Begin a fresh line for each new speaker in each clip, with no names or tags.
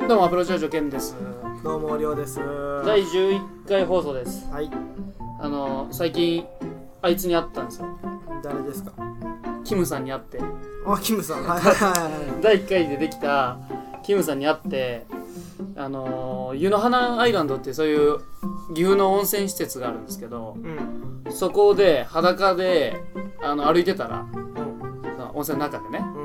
城健です
どうもりょうですは
第11回放送です
い
あの最近あいつに会ったんですよ
誰ですか
キムさんに会って
あキムさんはいはいはいはい
第1回でできたキムさんに会ってあの湯の花アイランドってそういう岐阜の温泉施設があるんですけど
うん
そこで裸であの歩いてたらその温泉の中でね
う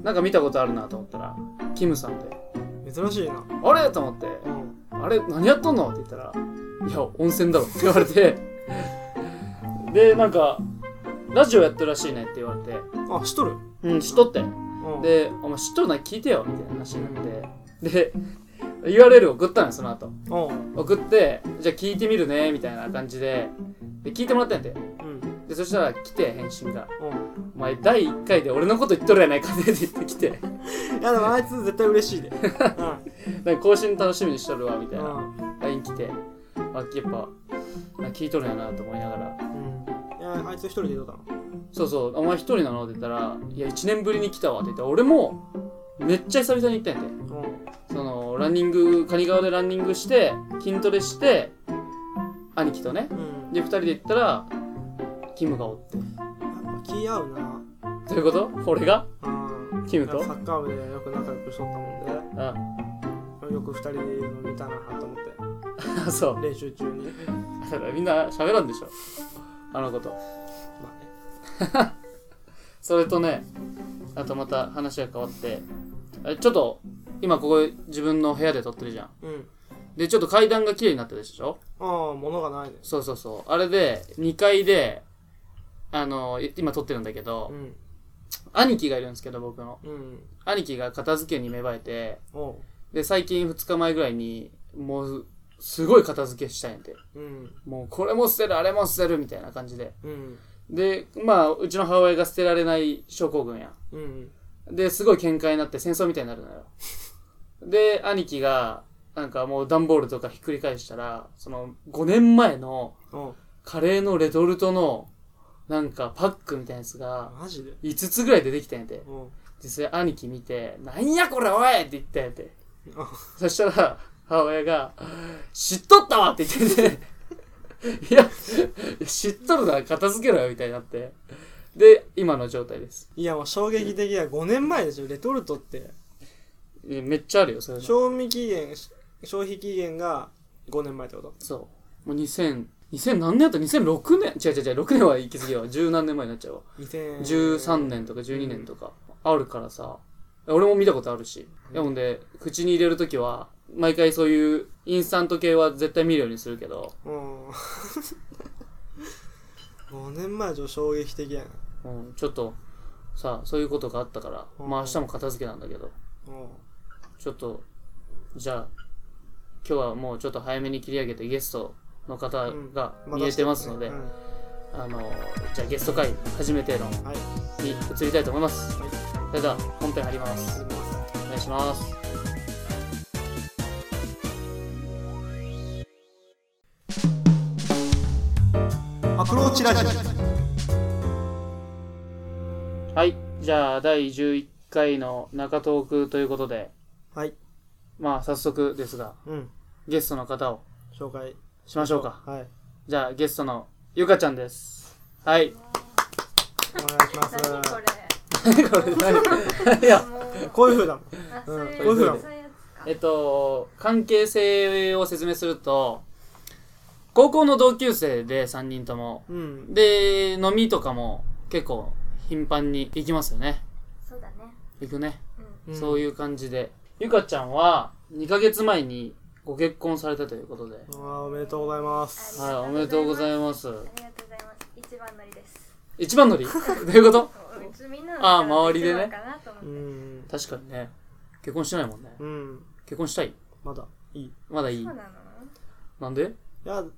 ん
なんか見たことあるなと思ったらキムさんで
うん珍しいな
「あれ?」と思って
うん
あれ何やっとんのって言ったら、いや、温泉だろって言われて、で、なんか、ラジオやってるらしいねって言われて、
あ知っとる
うん、知っとって。
うん
で、お前知っとるなら聞いてよみたいな話になって、で、URL 送ったのよ、その後。
うん
送って、じゃあ聞いてみるね、みたいな感じで、で、聞いてもらったんやて。
うん
で、そしたら来て、返信が。
う
お前、第1回で俺のこと言っとるやないかねって言ってきて、
んいやでもあいつ絶対嬉しい で
なんか更新楽しみにしとるわ、みた
う
い
ん
な。LINE 来て、あ、やっぱ、なんか聞いとるんやなと思いながら。
うんいやあいつ一人でどうだの
そうそう、お前一人なのって言ったら、いや、1年ぶりに来たわって言ったら、俺も、めっちゃ久々に行ったんやて。
うん
その、ランニング、蟹川でランニングして、筋トレして、兄貴とね。
うん
で、二人で行ったら、キムがおって。
やっぱ気合うな
どういうこと俺が
うん
キムと
サッカー部でよく仲良くしとったもんで
あ、
よく二人で言うの見たなと思って
あ そう。
練習中に
だからみんな喋らんでしょ。あのこと。
まあね
それとね、あとまた話が変わって、えちょっと、今ここ自分の部屋で撮ってるじゃん。
うん
で、ちょっと階段が綺麗になってるでしょ
ああ物がないね
そうそうそう。あれで、2階で、あの、い今撮ってるんだけど
う、ん
兄貴がいるんですけど、僕の。
うん
兄貴が片付けに芽生えて、
おう
で、最近2日前ぐらいに、もう、すごい片付けしたいんで。
うん
もう、これも捨てる、あれも捨てる、みたいな感じで。
うん
で、まあ、うちの母親が捨てられない症候群や。
うん
で、すごい喧嘩になって戦争みたいになるのよ。で、兄貴が、なんかもう段ボールとかひっくり返したら、その、5年前の、
おう
カレーのレトルトの、なんかパックみたいなやつが、
マジで
5つぐらい出てきたんやて。
おう
で、それ兄貴見て、なんやこれおいって言ったんやて。
あ
そしたら、母親が、知っとったわって言ってて、 いや、知っとるなら片付けろよみたいになって。で、今の状態です。
いやもう衝撃的や5年前でしょレトルトって
えめっちゃあるよ、それも。
賞味期限し消費期限が5年前ってこと
そう。もう2000、2000何年やった ?2006 年違う違う違う、6年は行き過ぎよ。十何年前になっちゃうわ。13
2013
年とか12年とかあるからさ、俺も見たことあるし。いやほんで、口に入れるときは、毎回そういうインスタント系は絶対見るようにするけど、
うん5年前じゃ衝撃的やな
うん、ちょっと、さ、そういうことがあったから、
うん
まあ明日も片付けなんだけど、
おう
ちょっと、じゃあ、今日はもうちょっと早めに切り上げてゲストの方が
ま
見
だ
えてますので、
うん
あの、じゃあゲスト会初めての
はい
に移りたいと思います。
はい
それでは本編入ります。
続きます
お願いします。
アプローチラジオ
はい。じゃあ、第11回の中トークということで、
はい
まあ、早速ですが、
うん
ゲストの方を
紹介
しましょうか。
はい
じゃあ、ゲストのゆかちゃんです。はい。
お願いし ます
何これ
これ何いや、
もう
こういう風だもん
あ
う
そ
ん
ういう
こ
ういう風な
そういうやつか
えっと、関係性を説明すると、高校の同級生で3人とも、
うん
で、飲みとかも結構頻繁に行きますよね。
そうだね
行くね。
うん
そういう感じで。ゆかちゃんは、2ヶ月前にご結婚されたということで、
あーおめでとうございます
はい、おめでとうございます。
ありがとうございます一番乗りです
一番乗 りどういうこと
そううちみんなの
あー周りでね
一番かなと思っ
う
て
ん
確かにね。結婚してないもんね。
うん
結婚したい
まだいいい
まだいい
そう。なの
なんで
や2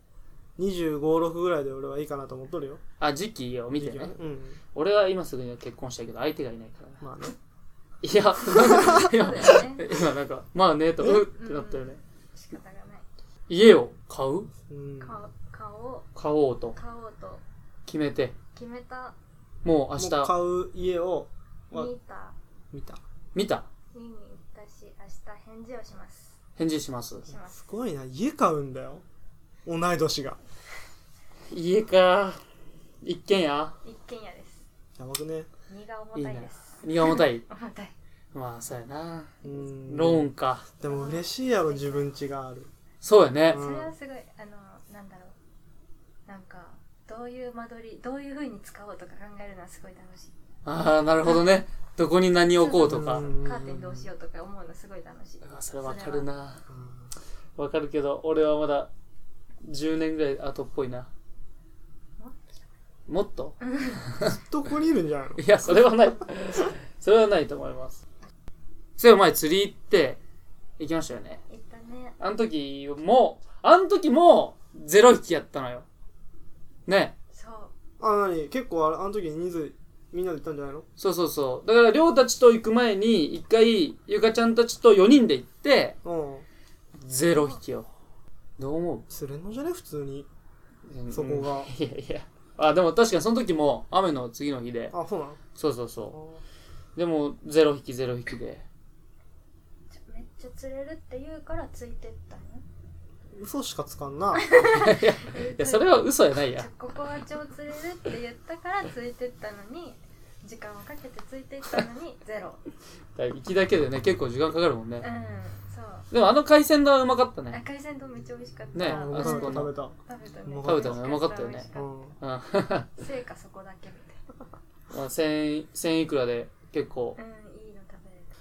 5 6ぐらいで俺はいいかなと思っとるよ
あ、時期を見てね。
うん
俺は今すぐには結婚したいけど、相手がいないからね。
まあね
いや、なんか、い
そ
や
うだよね
今なんか、まあね、と、うってなったよね。
仕方がない
家を買う
うん
顔顔を
買おうと
買おうと
決めて、
決めた
もう明
もう
日、
買う家をは
見た
見た
見た
見に行ったし明日返事をします
返事します
します
すごいな家買うんだよ同い年が
家か一軒家
一軒家です
やばくね
荷が
いい
重たい
ね
です
荷が重 たい
重たい
まあそうやな
うん
ローンか
でも嬉しいやろ自分家がある
そうやね
うん
それはすごいあのなんだろうなんかどういう間取りどういうふうに使おうとか考えるのはすごい楽しい
ああなるほどねどこに何置こうとか
うん
カーテンどうしようとか思うのすごい楽しい
あそれわかるな
うん
わかるけど俺はまだ10年ぐらい後っぽいな
もっ
もっと
ずっとここにいるんじゃないの
いやそれはないそれはないと思いますそういえば前釣り行って行きましたよね
いったね
あの時もあの時もゼロ匹やったのよね
そう
あ何結構あれあの時人数みんなで行ったんじゃないの
そうそうそうだから亮たちと行く前に一回ゆかちゃんたちと4人で行って
うん
ゼロ匹よどう思
釣れんのじゃね普通に
う
そこが
いやいやあでも確かにその時も雨の次の日で
あそうなの
そうそうそ
あ
うでもゼロ匹ゼロ匹で
ちょめっちゃ釣れるって言うからつい てったの
嘘しかつかんな
いやそれは嘘やない
ちょ
や
ここは超釣れるって言ったからついてったのに時間をかけてついてったの にゼロ
だから行きだけでね結構時間かかるもん
うん
ね
そう
でもあの海鮮丼はうまかったね
赤い鮮丼めっちゃ美味しかった
ね
あ
うん
あそこ
食
の
べた
食べたね
食べた
のうまかったよね
美味し
う
かっ
ん
うん ま
た成果そこだけみ
あ1000 1000いくらで結構
たいなうんいいの食べれた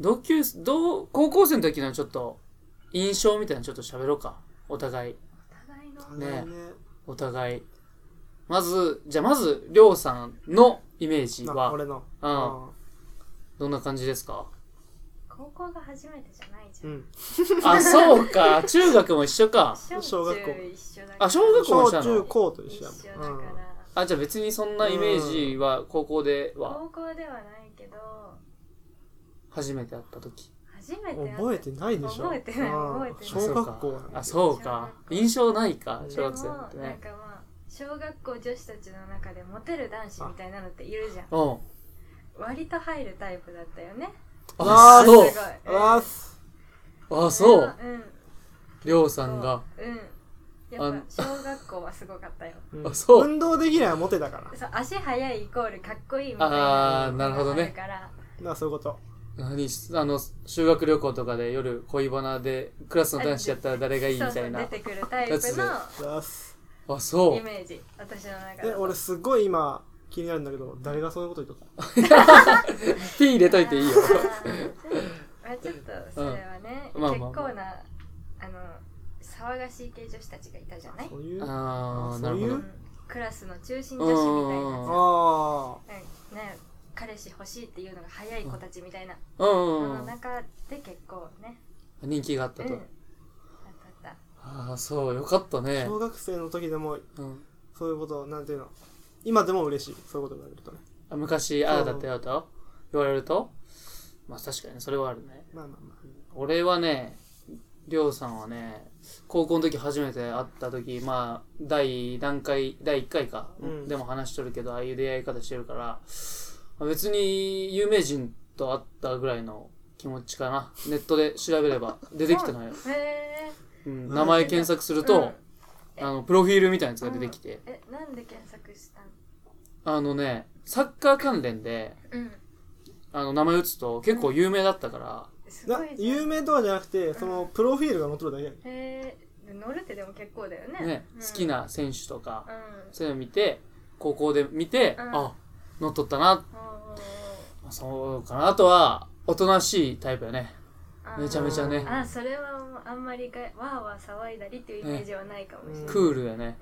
同級同高校生の時のちょっと印象みたいなのちょっと喋ろうかお互い
お互いの
大変ね
お互いまずじゃあまずりょうさんのイメージ
な
は
俺の
うんどんな感じですか
高校が初めてじゃないじ
う
ゃん
ん
あそう か中学も一緒か
小
小学校
中一緒だから
あ小学校も
小
した
中
の
高と一
一
緒
緒
や
だ
もんうん
から
あじゃあ別にそんなイメージは高校では
高校ではないけど
初めて会った時
初めて会った
覚えてないでしょ
覚えてない
うん
覚えてない
小学校
あそうか印象ないか
うん
小学生
でも
って
なん
ね
かまあ小学校女子たちの中でモテる男子みたいなのっているじゃん
うん
割と入るタイプだったよね
あ
あ
すご
そ
いう
うわーす
あそ
れは
う
うん
りょうさんが
そううん
あ
やっ
ん
ぱ小学校はすごかったよ
うん
あそう
運動できないはモテだからだか
そう足速いイコールかっこいいみたいな
あーなるほど
あ
ね
から
らそういうこと
何あの修学旅行とかで夜恋バナでクラスの男子やったら誰がいいみたい
そう
な
そう出てくるタイプの
うわーす
あそ
イ
う
メージ私の中で
え俺すごい今気になるんだけど誰がそういうこと言っとった
ピー入れといていいよ
あーま あちょっとそれはね、
うんまあまあ
結構なあの騒がしい系女子たちがいたじゃない
そういうあ
ああ
あ
なるほ
そう
ど
いう
クラスの中心女子みたいな
うん
や
あ
つうんね彼氏欲しいっていうのが早い子たちみたいな
うん
の
うん
の
うん
中で結構ね
人気があっ
う
た
んあ
と、
ったあっ
ああそうよかったね
小学生の時でも
うん
そういうことなんていうの今でも嬉しいそういうこと言われるとね
あ昔ああだったよと言われるとまあ確かにそれはあるね
まあまあま
俺はねりょうさんはね高校の時初めて会った時まあ第何回第1回か、
うん
でも話しとるけどああいう出会い方してるからまあ別に有名人と会ったぐらいの気持ちかなネットで調べれば出てきたのよ、
たへ
うん、名前検索すると、
うん
あのプロフィールみたいなやつが出てきて、
ええなんで検索したの
あのねサッカー関連で
うん
あの名前打つと結構有名だったから、
す
あ
ご
ない
じゃん
有名とかじゃなくてそのプロフィールが載ってるだけやね
へえ乗るってでも結構だよね
ね
うん
好きな選手とか、
うん
そういうの見て高校で見て、
うん
あ乗っとったな
おー
まあそうかなあとはおとなしいタイプよね
あー
めちゃめちゃね
あそれはあんまりがわーわー騒いだりっていうイメージはないかもしれない、
ね
クールよね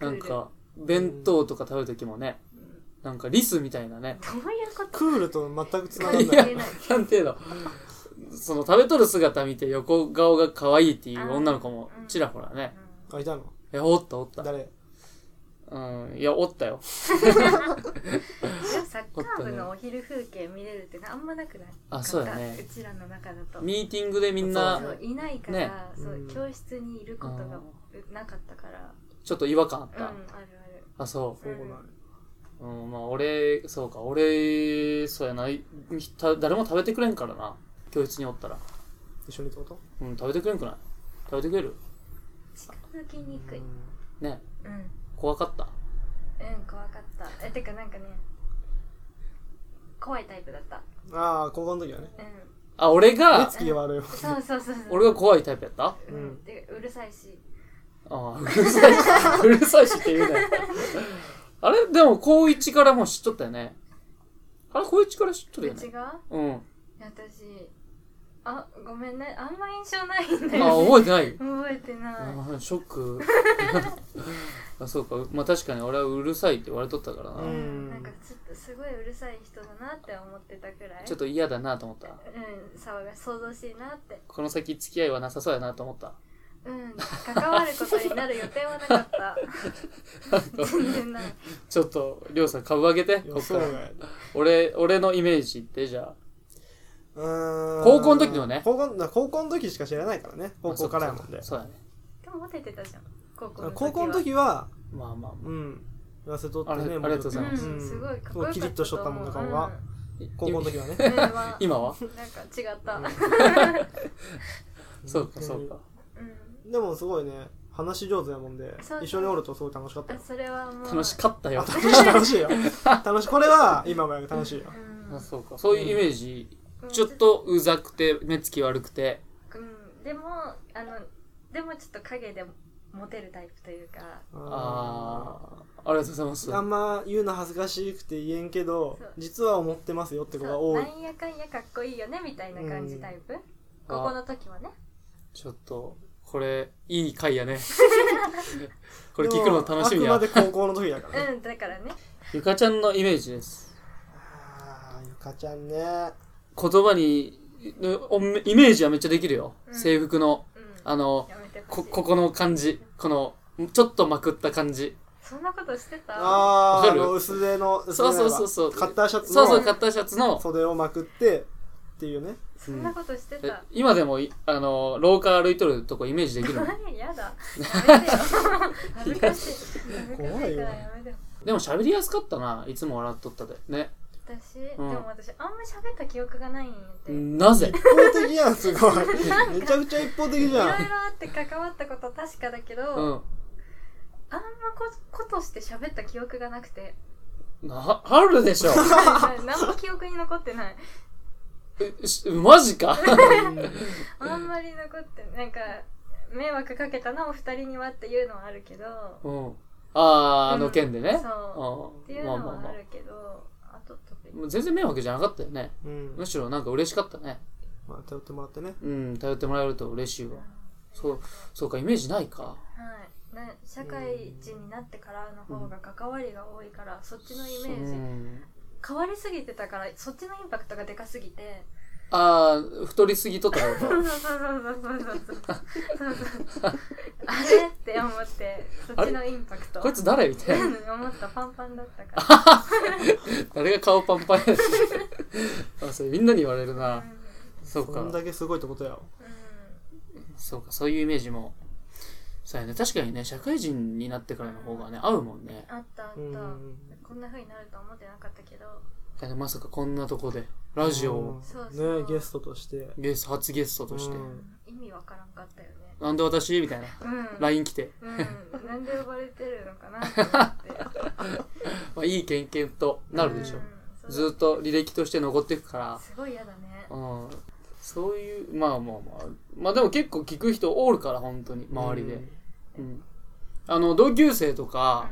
う
なんん
クール
か弁当とか食べる時もね
うん
なんかリスみたいなね
どういうこと
クールと全くつなが
関
んない
係ない
なんていうのその食べとる姿見て横顔が可愛いっていう女の子も
うん
ちらほらね
あいたの
いやおったおった
誰
うんいやおったよ
うんでもサッカー部のお昼風景見れるってあんまなくない
あそうやね
うちらの中だと
ミーティングでみん
そう
な
そういないから、
ね
そう
うん
教室にいることがうなかったから
ちょっと違和感あっ
うん
た、
あるある
あそ
そうこな
う、うん、まあ俺そうか俺そうやないた誰も食べてくれんからな教室におったら
一緒にってこと
うん、食べてくれんくない食べてくれる
近づきにくい
ね
うんう
怖かった
ん怖かったえてかなんかね怖いタイプだった
ああ高校の時はね
うん
あ俺
目
が
つき悪いよ
そうそうそうそう
俺が怖いタイプやったあ
う
うん
ん、でうるさいし
あ うるさいしうるさいしって言うなよ あれでも高1からもう知っとったよねあれ高1から知っとる
う
よね
ちが
うん
いや私あごめんねあんま印象ないんだ
あ
よね
覚えてない
覚えてない
あショック あそうかまあ確かに俺はうるさいって言われとったからな、
うん
なんかちょっとすごいうるさい人だなって思ってたくらい
ちょっと嫌だなと思った
うん騒がし騒々しいなって
この先付き合いはなさそうやなと思った
うん関わることになる予定はなかった 全然ない
ちょっとりょうさん株上げてこ
予
っか
想
ら
外
俺俺のイメージってじゃあ
うーん
高校の時のね
高校な高校の時しか知らないからね高校からやもんで
まあそうそうそうだね
でもモテてたじゃん高校の時は
高校の時は
まあまあま
うん言わせとって
あれ
ね
ありがとうございます
うんすごいかっ
も
こよか
う
った
キリッとしとったもんな顔が
あい
高校の時はね
うん、うんは
今は
なんか違ったうん、
そうかそうか
でもすごいね話し上手やもんで
そうそう
一緒におるとすごい楽しかった
あ
よ
それはもう
楽しかったよ
あ楽しい楽しいよ楽しいこれは今もやる楽しいよ
うん
あそうかそういうイメージ、
うん
ちょっとうざくて目つき悪くて
うんでもあのでもちょっと影でモテるタイプというか
ああありがとうございます
あんま言うの恥ずかしくて言えんけど
そう
実は思ってますよって子が
そう
多い
なんやかんやかっこいいよねみたいな感じタイプ、高校の時はね
ちょっとこれいい回や ねこれ聞くの楽しみ
でもあ
や
くまで高校の時だ からね
うんだからね
ゆかちゃんのイメージです
あーゆかちゃんね
言葉におイメージはめっちゃできるよ、
うん
制服の
うん
あの
やめてほ
こ
しい
ここの感じこのちょっとまくった感じ
そんなことしてた
あ
わ
ー
か
あ
る
の薄手の薄手
そう
の
そうそうそう
カッターシャツ
そうそう
の
カッターシャツの
袖をまくってっていうね
そんなことして
え
た、
今でもいあの廊下歩いとるとこイメージで きるもん
何やだやめてよ恥ずかしい恥ずか
怖
し
い
いか
よ
らやめてよ
でも喋りやすかったないつも笑っとったでね
私、
ん
でも私あんま喋った記憶がないんやって、い
な ぜ
一方的やんすごいめちゃくちゃ一方的じ
ろいろ
ゃん
あって関わったことは確かだけど、
うん
あんまこことして喋った記憶がなくて
なあるでしょ
何も記憶に残ってない
えしマジ か
あんまり残ってなんか迷惑かけたなお二人にはっていうのはあるけど
うんあーあの件でね、
うんそっていう
まあ
の
まあま
は
あ
あるけど、あと特に
もう全然迷惑じゃなかったよね
うん
むしろなんか嬉しかったね
まあ頼ってもらってね
うん頼ってもらえると嬉しいわそうそうかイメージないか
はい、な社会人になってからの方が関わりが多いから、そっちのイメージ、
うん
変わりすぎてたからそっちのインパクトがでかす ぎて
ああ太りすぎとった こ
そうそうそうそうそうそうそうそうそうあれって思ってそっちのインパクト
とこいつ誰みたいな
思ったパンパンだったか
誰が顔パンパン やねんあそれみんなに言われる
ら、う
なん
うん
そう
こん
か
だけすごいってことやわ
そうかそういうイメージもそうやね確かにね社会人になってからの方がね合うもんね
あったあった、
うん
こんな風になるとは思ってなかったけど
だってまさかこんなとこでラジオを
そうそ
ね
う
ゲストとして
ゲス初ゲストとして
うん
意味わからんかったよね
なんで私みたいな
うん、
LINE 来て、
うん、なんで呼ばれてるのかなって思って
まあ、いい経験となるでしょ、
うん
ずっと履歴として残っていくから
すごい嫌だね
うん、そういうまあまあまあまあでも結構聞く人おるから本当に周りで、うんあの同級生とか、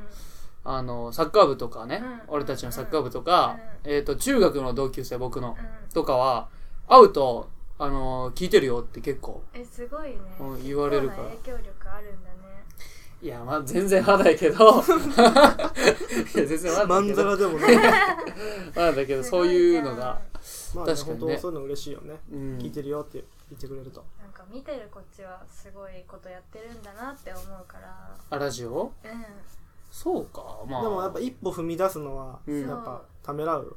あのサッカー部とかね、
うん
俺たちのサッカー部とか、えっと中学の同級生僕の
うん、うん、
とかは会うと、あの聞いてるよって結構
えすごいね
うん言われるから
結構な影響力あるんだね
いやまあ全然まだやけど いや全然まだや
まん
け
ざ
ど
らでもね
まだだけどそういうのが、
まあね
確か
本
にね
当そういうの嬉しいよね
うん、
聞いてるよって言ってくれると
なんか見てるこっちはすごいことやってるんだなって思うから
あラジオ
うん
そうかまあ
でもやっぱ一歩踏み出すのは
うん
やっぱためらう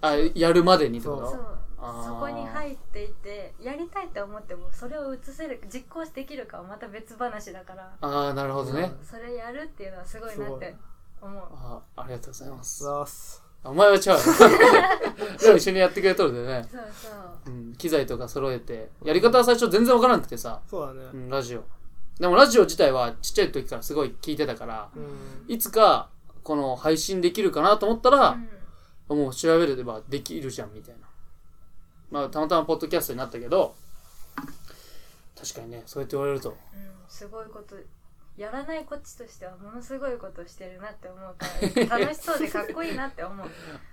あやるまでにってこ
あ
と
そう
あー
そこに入っていてやりたいって思ってもそれを移せる実行できるかはまた別話だから
ああなるほどね、
それやるっていうのはすごいなって思う
あありがとうございます
ざーす
あお前はちゃうよ でも一緒にやってくれとるでね、
そうそう
うん、機材とか揃えてやり方は最初全然わからなくてさ、
そうだね
うん、ラジオでもラジオ自体はちっちゃい時からすごい聞いてたから
うん
いつかこの配信できるかなと思ったら
う、ん
もう調べればできるじゃんみたいなまあたまたまポッドキャストになったけど確かにねそうやって言われると
うんすごいことやらないこっちとしてはものすごいことしてるなって思うから楽しそうでかっこいいなって 思う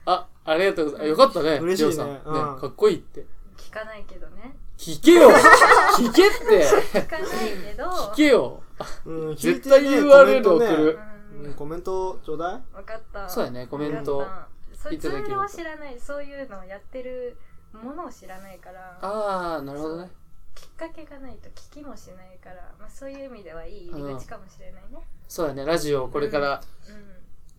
あありがとうございますよかったね
嬉し
り
いね
ょうさんね
うん
かっこいいって
聞かないけどね
聞けよ 聞けって
聞かないけど
聞けよ
うん
絶対
聞いてね
URL を
コメント
送
ね
る
う
うんんコメントちょうだい
分かった
そうやねコメン
う
ト
んそ
いただけると
ツールを知らないそういうのをやってるものを知らないから
ああなるほどね
きっかけがないと聞きもしないから、まあ、そういう意味ではいい入り口かもしれないね
そうだねラジオこれから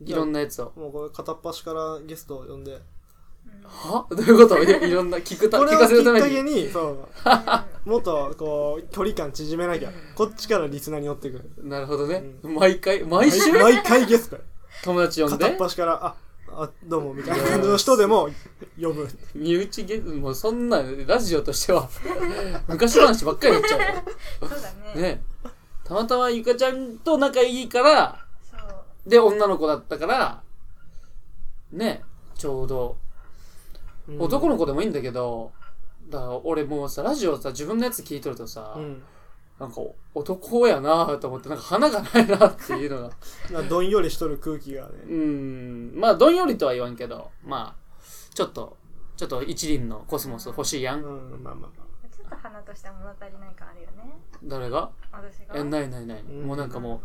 う
いろんなやつを
もうこれ片っ端からゲストを呼んで
ん うん
はどういうこといいろんな聞くた
こ
聞
れを
か
き
せる
った
め
かけ
に
にそうもっとこう距離感縮めなきゃこっちからリスナーに寄ってくる
なるほどね毎回毎
毎
週
毎回ゲスト
友達呼ん
片っ
で
端からああどうもみたいな感じの人でも呼ぶ
身内ゲもうそんなラジオとしては 昔話ばっかりやっちゃうか
うんそうだ
ら
ね
ねたまたまゆかちゃんと仲いいから
そう
で女の子だったからねちょうど
うん
男の子でもいいんだけど、だから俺もうさラジオさ自分のやつ聞いとるとさ、
うん
なんか男やなと思ってなんか花がないなっていうのが
なんかどんよりしとる空気が
う
ね
んまあどんよりとは言わんけどまあちょっとちょっと一輪のコスモス欲しいや
うん
ん
まあまあま
ちょっと花としては物足りない感あるよね
誰が
私が
えないないない、
うん
もうなんかも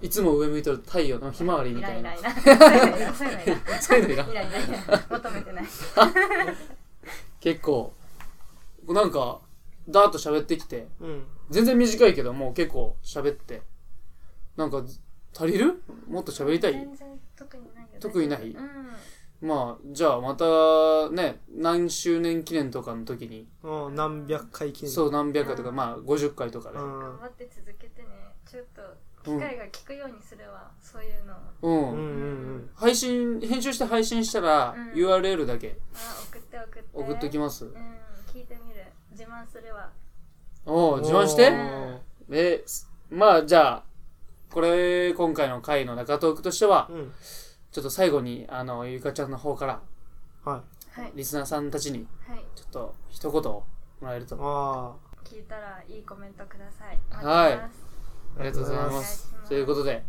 ういつも上向いとる太陽のひまわりみ
イ
た
ラ
い
イ
な
ライ ラそういうのいらん
そういうのいらん
イライライラ求めてない
結構なんかダーッと喋ってきて
あうん
全然短いけどもう結構喋ってなんか足りるもっと喋りたい
全然特にないよね
特にない
うん
まあじゃあまたね何周年記念とかの時に
うん何百回記念
そう何百回とかまあ50回とかで
うん
頑張って続けてねちょっと機会が聞くようにするわ、そういうのを
うん、
うんうん
配信編集して配信したら
うん
URL だけ
あ送って送って
送っときます、
うん聞いてみる自慢するわ
おお
うん
自慢して
うん
えすまあじゃあこれ今回の回の中トークとしては
うん
ちょっと最後にあのゆかちゃんの方から
はい
はい
リスナーさんたちに
はい
ちょっと一言をもらえると
あ
聞いたらいいコメントください待って
はい
ます
ありがとうござい
あり
ま
がとうございます
お願いします
ということで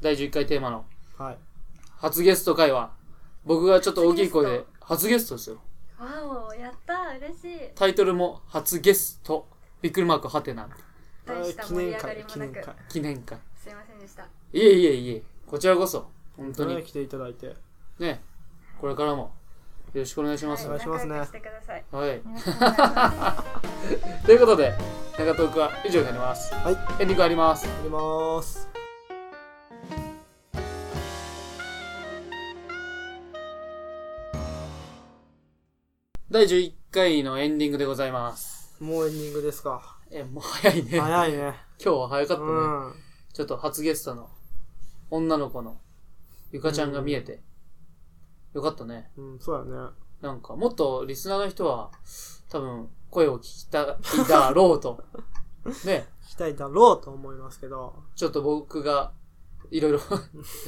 第11回テーマの
あはい
初ゲスト会は僕がちょっと大きい声で初ゲストですよ
わおやった嬉しい
タイトルも初ゲストびっくりマークはてな
大した盛り上がりもなく
記念会
すいませんでした
いえいえいえこちらこそ本当
本当に
に
来ていただいて
ねこれからもよろしくお願いします
お願いしますね
仲良くしてください
はい
よろしくお願いします
ということで長トークは以上になります
はい
エンディングあります
あります
第11回のエンディングでございます
もうエンディングで すか
えもう早いね今
早いね
日は早かったね、
うん
ちょっと初ゲストの女の子のゆかちゃんが見えて、よかったね。
うんそうだね
なんか、もっとリスナーの人は、多分、声を聞きたいだろう と。ね、
聞きたいだろうと思いますけど
ちょっと僕が、いろいろ、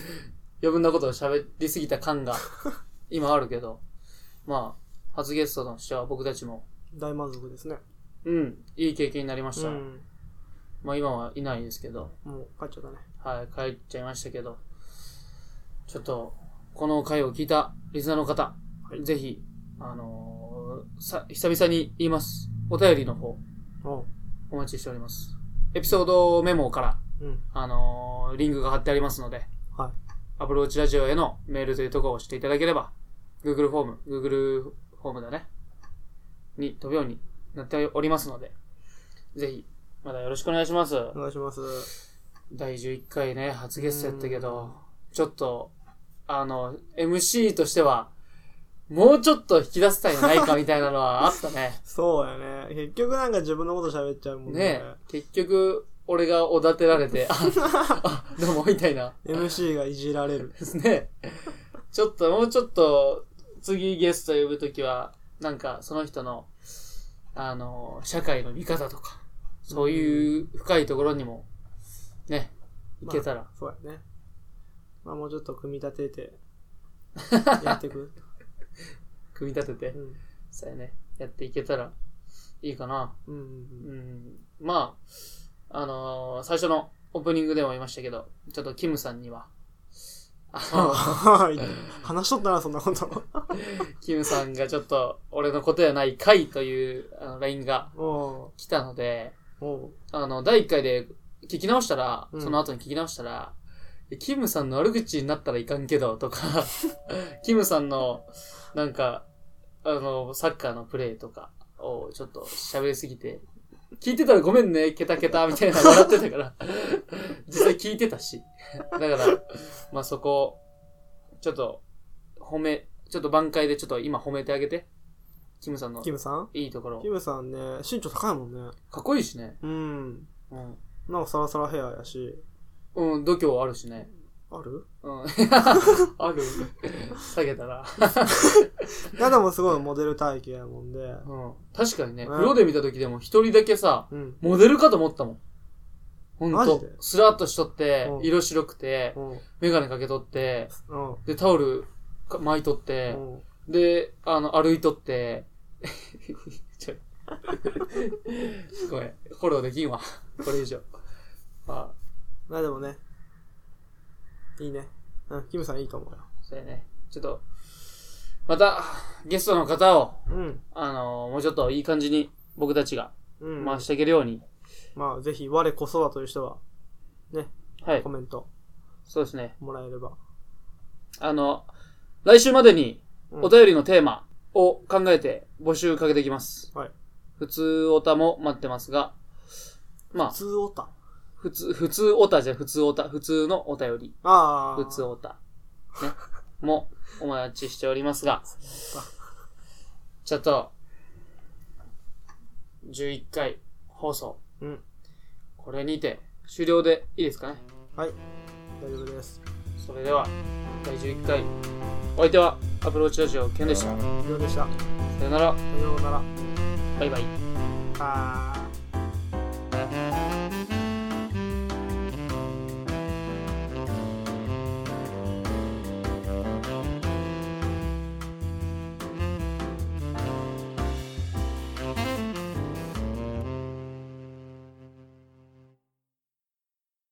余分なことを喋りすぎた感が、今あるけど、まあ、初ゲストとしては僕たちも、
大満足ですね
うん、いい経験になりまし
う
た。
ん
まあ今はいないですけど、
もう帰っちゃったね
はい、帰っちゃいましたけど、ちょっと、この回を聞いたリスナーの方、
はい
ぜひ、あのーさ、久々に言います。お便りの方、
おう
お待ちしております。エピソードメモから、
うん
あのーリンクが貼ってありますので、
はい
アプローチラジオへのメールというところを押していただければ、Google フォーム、Google フォームだね、に飛ぶようになっておりますので、ぜひ、まだよろしくお願いします。
お願いします。
第11回ね、初ゲストやったけど、ちょっと、あの、MC としては、もうちょっと引き出せたんじゃないかみたいなのはあったね
そうやね結局なんか自分のこと喋っちゃうもん
ね結局、俺がおだてられて、あ、あどうも、みたいな。
MC がいじられる
ですね。ちょっと、もうちょっと、次ゲスト呼ぶときは、なんか、その人の、あの、社会の見方とか、そういう深いところにも、ね、いけたら。
そうやね。まあもうちょっと組み立てて、やっていく。
組み立てて
う、ん。
そうやね、やっていけたら、いいかな。
うんうん
う
うん。
ん、まあ、あのー最初のオープニングでも言いましたけど、ちょっとキムさんには、あの、
ああ、話しとったな、そんなこと。
キムさんがちょっと、俺のことやないかいという、あの、LINE が
お
来たので、
うおう
あの、第1回で聞き直したら、
うん
その後に聞き直したら、キムさんの悪口になったらいかんけど、 とか、キムさんの、なんか、あの、サッカーのプレーとかをちょっと喋りすぎて、聞いてたらごめんね、ケタケタ、みたいな笑ってたから、実際聞いてたし。だから、まあそこ、ちょっと、褒め、ちょっと挽回でちょっと今褒めてあげて、キムさんの
キムさん
いいところ
キ。ムさんね、身長高いもんね。
かっこいいしね。
うん。
うん。
なお、サラサラヘアやし。
うん、度胸あるしね。
ある
うん。 ある。下げたら。
ダダもすごいモデル体型やもんで。
うん。確かにね、
うん
風呂で見た時でも一人だけさ、
うん。
モデルかと思ったもん。ほん
マジ
と
で。
スラッとしとって
う、ん
色白くて
う、ん。うん。
メガネかけとって、
うん
で、タオルか巻いとって、で、あの、歩いとって、 ちょ、ごめん、フォローできんわ。これ以上。あ、
まあでもね。いいね。うん、キムさんいいと思うよ。
そうやね。ちょっと、また、ゲストの方を、
うん。
あのもうちょっといい感じに僕たちが
うん。
回していけるように、
まあ、ぜひ、我こそはという人は、
はい
コ、メント
そうですね。
もらえれば。
あの、来週までに
うん
お便りのテーマを考えて募集かけていきます。
はい。
普通オタも待ってますが、まあ
普、通オタ。
普通、普通オタじゃ普通オタ、普通のお便り、
ああ。
普通オタ、ね、 もお待ちしておりますが、ちょっと、11回放送、
うん。
これにて終了でいいですかね。
大丈夫です。
それでは第11回お相手はアプローチラジオケンでした
以上でした。
さよなら
さようなら。
バイバイ
あー。